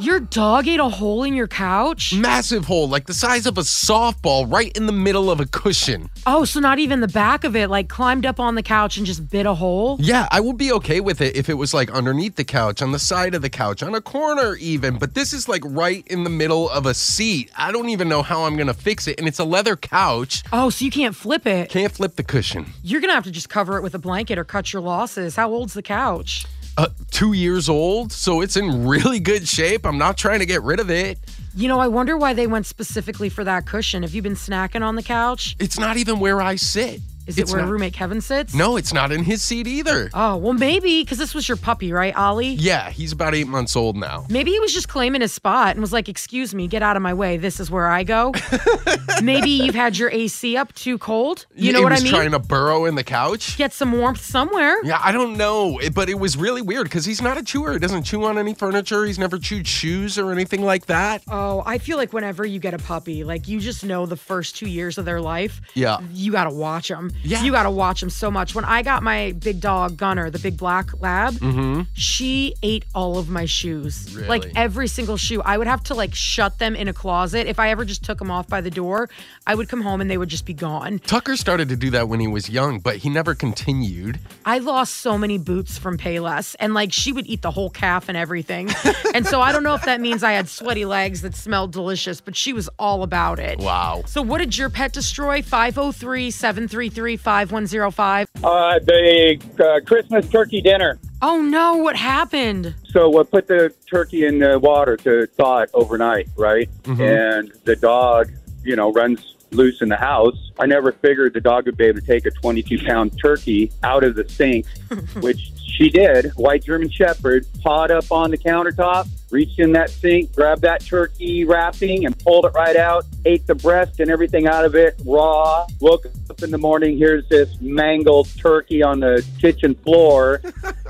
Your dog ate a hole in your couch? Massive hole, like the size of a softball, right in the middle of a cushion. Oh, so not even the back of it, like climbed up on the couch and just bit a hole? Yeah, I would be okay with it if it was like underneath the couch, on the side of the couch, on a corner even, but this is like right in the middle of a seat. I don't even know how I'm gonna fix it, and it's a leather couch. Oh, so you can't flip it. Can't flip the cushion. You're gonna have to just cover it with a blanket or cut your losses. How old's the couch? Uh, two years old, so it's in really good shape. I'm not trying to get rid of it. You know, I wonder why they went specifically for that cushion. Have you been snacking on the couch? It's not even where I sit. Is it It's where not- roommate Kevin sits? No, it's not in his seat either. Oh, well, maybe, because this was your puppy, right, Ollie? Yeah, he's about eight months old now. Maybe he was just claiming his spot and was like, Excuse me, get out of my way. This is where I go. maybe you've had your AC up too cold. You know He what I was mean? trying to burrow in the couch. Get some warmth somewhere. Yeah, I don't know, it- but it was really weird because he's not a chewer. He doesn't chew on any furniture. He's never chewed shoes or anything like that. Oh, I feel like whenever you get a puppy, like you just know the first two years of their life. Yeah. You got to watch them. Yeah. You got to watch them so much. When I got my big dog, Gunner, the big black lab, she ate all of my shoes. Like Mm-hmm. Really? every single shoe. I would have to like shut them in a closet. If I ever just took them off by the door, I would come home and they would just be gone. Tucker started to do that when he was young, but he never continued. I lost so many boots from Payless, and like she would eat the whole calf and everything. and so I don't know if that means I had sweaty legs that smelled delicious, but she was all about it. Wow. So, what did your pet destroy? 503 733 5105. Uh, the uh, Christmas turkey dinner. Oh no, what happened? So we put the turkey in the water to thaw it overnight, right? And the dog, you know, runs loose in the house. I never figured the dog would be able to take a 22 pound turkey out of the sink, which she did. White German Shepherd pawed up on the countertop, reached in that sink, grabbed that turkey wrapping, and pulled it right out. Ate the breast and everything out of it raw. Woke up in the morning. Here's this mangled turkey on the kitchen floor.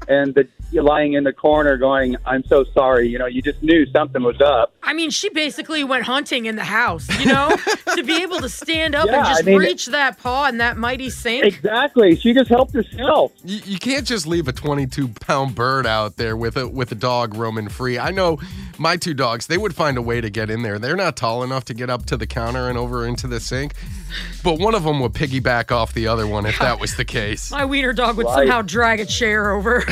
and the lying in the corner going, "I'm so sorry." You know, you just knew something was up. I mean, she basically went hunting in the house, you know, to be able to stand up and Yeah, just I mean- reach that paw and that mighty sink. Exactly. She just helped herself. You, you can't just leave a 22 pound bird out there with a with a dog roaming free. I know my two dogs; they would find a way to get in there. They're not tall enough to get up to the counter and over into the sink, but one of them would piggyback off the other one if that was the case. My wiener dog would Right. somehow drag a chair over.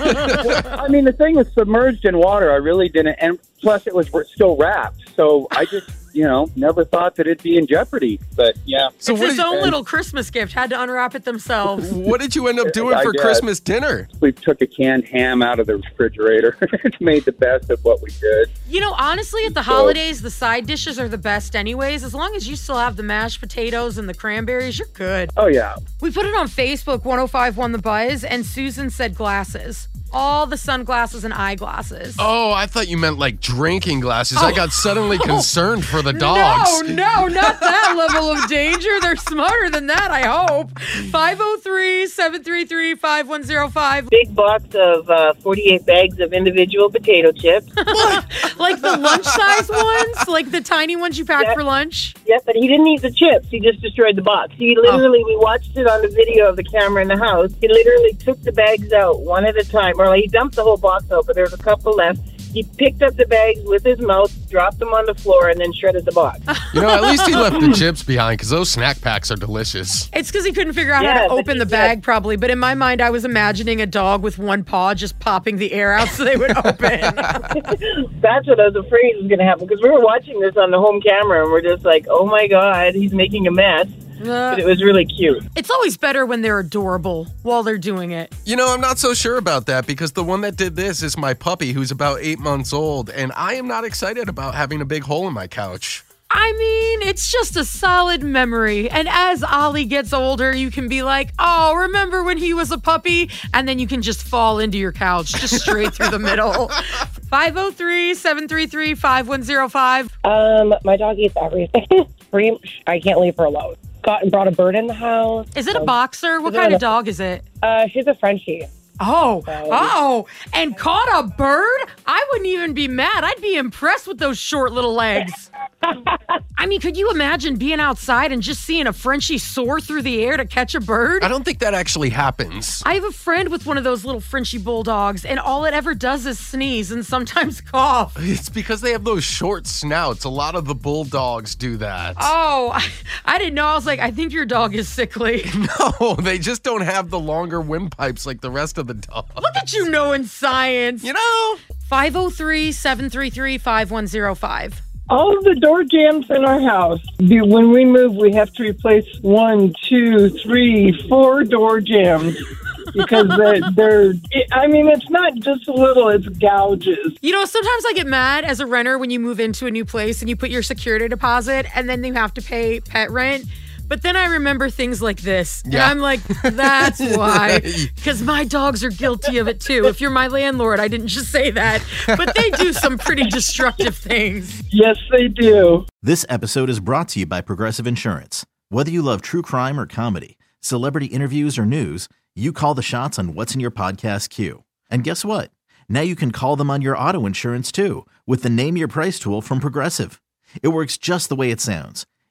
I mean, the thing was submerged in water. I really didn't, and plus it was still wrapped. So I just, you know, never thought that it'd be in jeopardy. But yeah, So it's what its did- own little Christmas gift. Had to unwrap it themselves. What did you end up doing I for guess. Christmas dinner? we took a canned ham out of the refrigerator. Made the best of what we could. You know, honestly, at the holidays, the side dishes are the best, anyways. As long as you still have the mashed potatoes and the cranberries, you're good. Oh yeah, We put it on Facebook, 105 won the buzz, and Susan said glasses. All the sunglasses and eyeglasses. Oh, I thought you meant like drinking glasses. I got suddenly concerned for the dogs. No, no, not that level of danger. They're smarter than that, I hope. 503 733 5105. big box of uh, 48 bags of individual potato chips. Like the lunch size ones, like the tiny ones you pack for lunch. yep, but he didn't eat the chips. He just destroyed the box. He literally, we watched it on the video of the camera in the house. He literally took the bags out one at a time, or like, he dumped the whole box out, but there was a couple left. He picked up the bags with his mouth, dropped them on the floor, and then shredded the box. You know, at least he left the chips behind because those snack packs are delicious. It's because he couldn't figure out how Yeah, to but open he the did. bag, probably. But in my mind, I was imagining a dog with one paw just popping the air out so they would open. That's what I was afraid was going to happen because we were watching this on the home camera, and we're just like, oh my God, he's making a mess. But it was really cute. It's always better when they're adorable while they're doing it. You know, I'm not so sure about that because the one that did this is my puppy who's about eight months old, and I am not excited about having a big hole in my couch. I mean, it's just a solid memory. And as Ollie gets older, you can be like, oh, remember when he was a puppy? And then you can just fall into your couch just straight through the middle. 503 733 5105. Um, my dog eats everything. Scream! I can't leave her alone. Got and brought a bird in the house. Is it a boxer? What kind of dog Um, is it? Uh, she's a Frenchie. Oh, oh, and caught a bird? I wouldn't even be mad. I'd be impressed with those short little legs. I mean, could you imagine being outside and just seeing a Frenchie soar through the air to catch a bird? I don't think that actually happens. I have a friend with one of those little Frenchie bulldogs, and all it ever does is sneeze and sometimes cough. It's because they have those short snouts. A lot of the bulldogs do that. Oh, I, I didn't know. I was like, I think your dog is sickly. Look No, Oh, they just don't have the longer windpipes like the rest of the dogs. at you knowing science. You know? 503 733 5105. All of the door jams in our house. the- When we move, we have to replace one, two, three, four door jams because they're. they're I mean, it's not just a little; it's gouges. You know, sometimes I get mad as a renter when you move into a new place and you put your security deposit and then you have to pay pet rent. But then I remember things like this. And Yeah. I'm like, that's why. Because my dogs are guilty of it too. If you're my landlord, I didn't just say that. But they do some pretty destructive things. Yes, they do. This episode is brought to you by Progressive Insurance. Whether you love true crime or comedy, celebrity interviews or news, you call the shots on what's in your podcast queue. And guess what? Now you can call them on your auto insurance too with the Name Your Price tool from Progressive. It works just the way it sounds.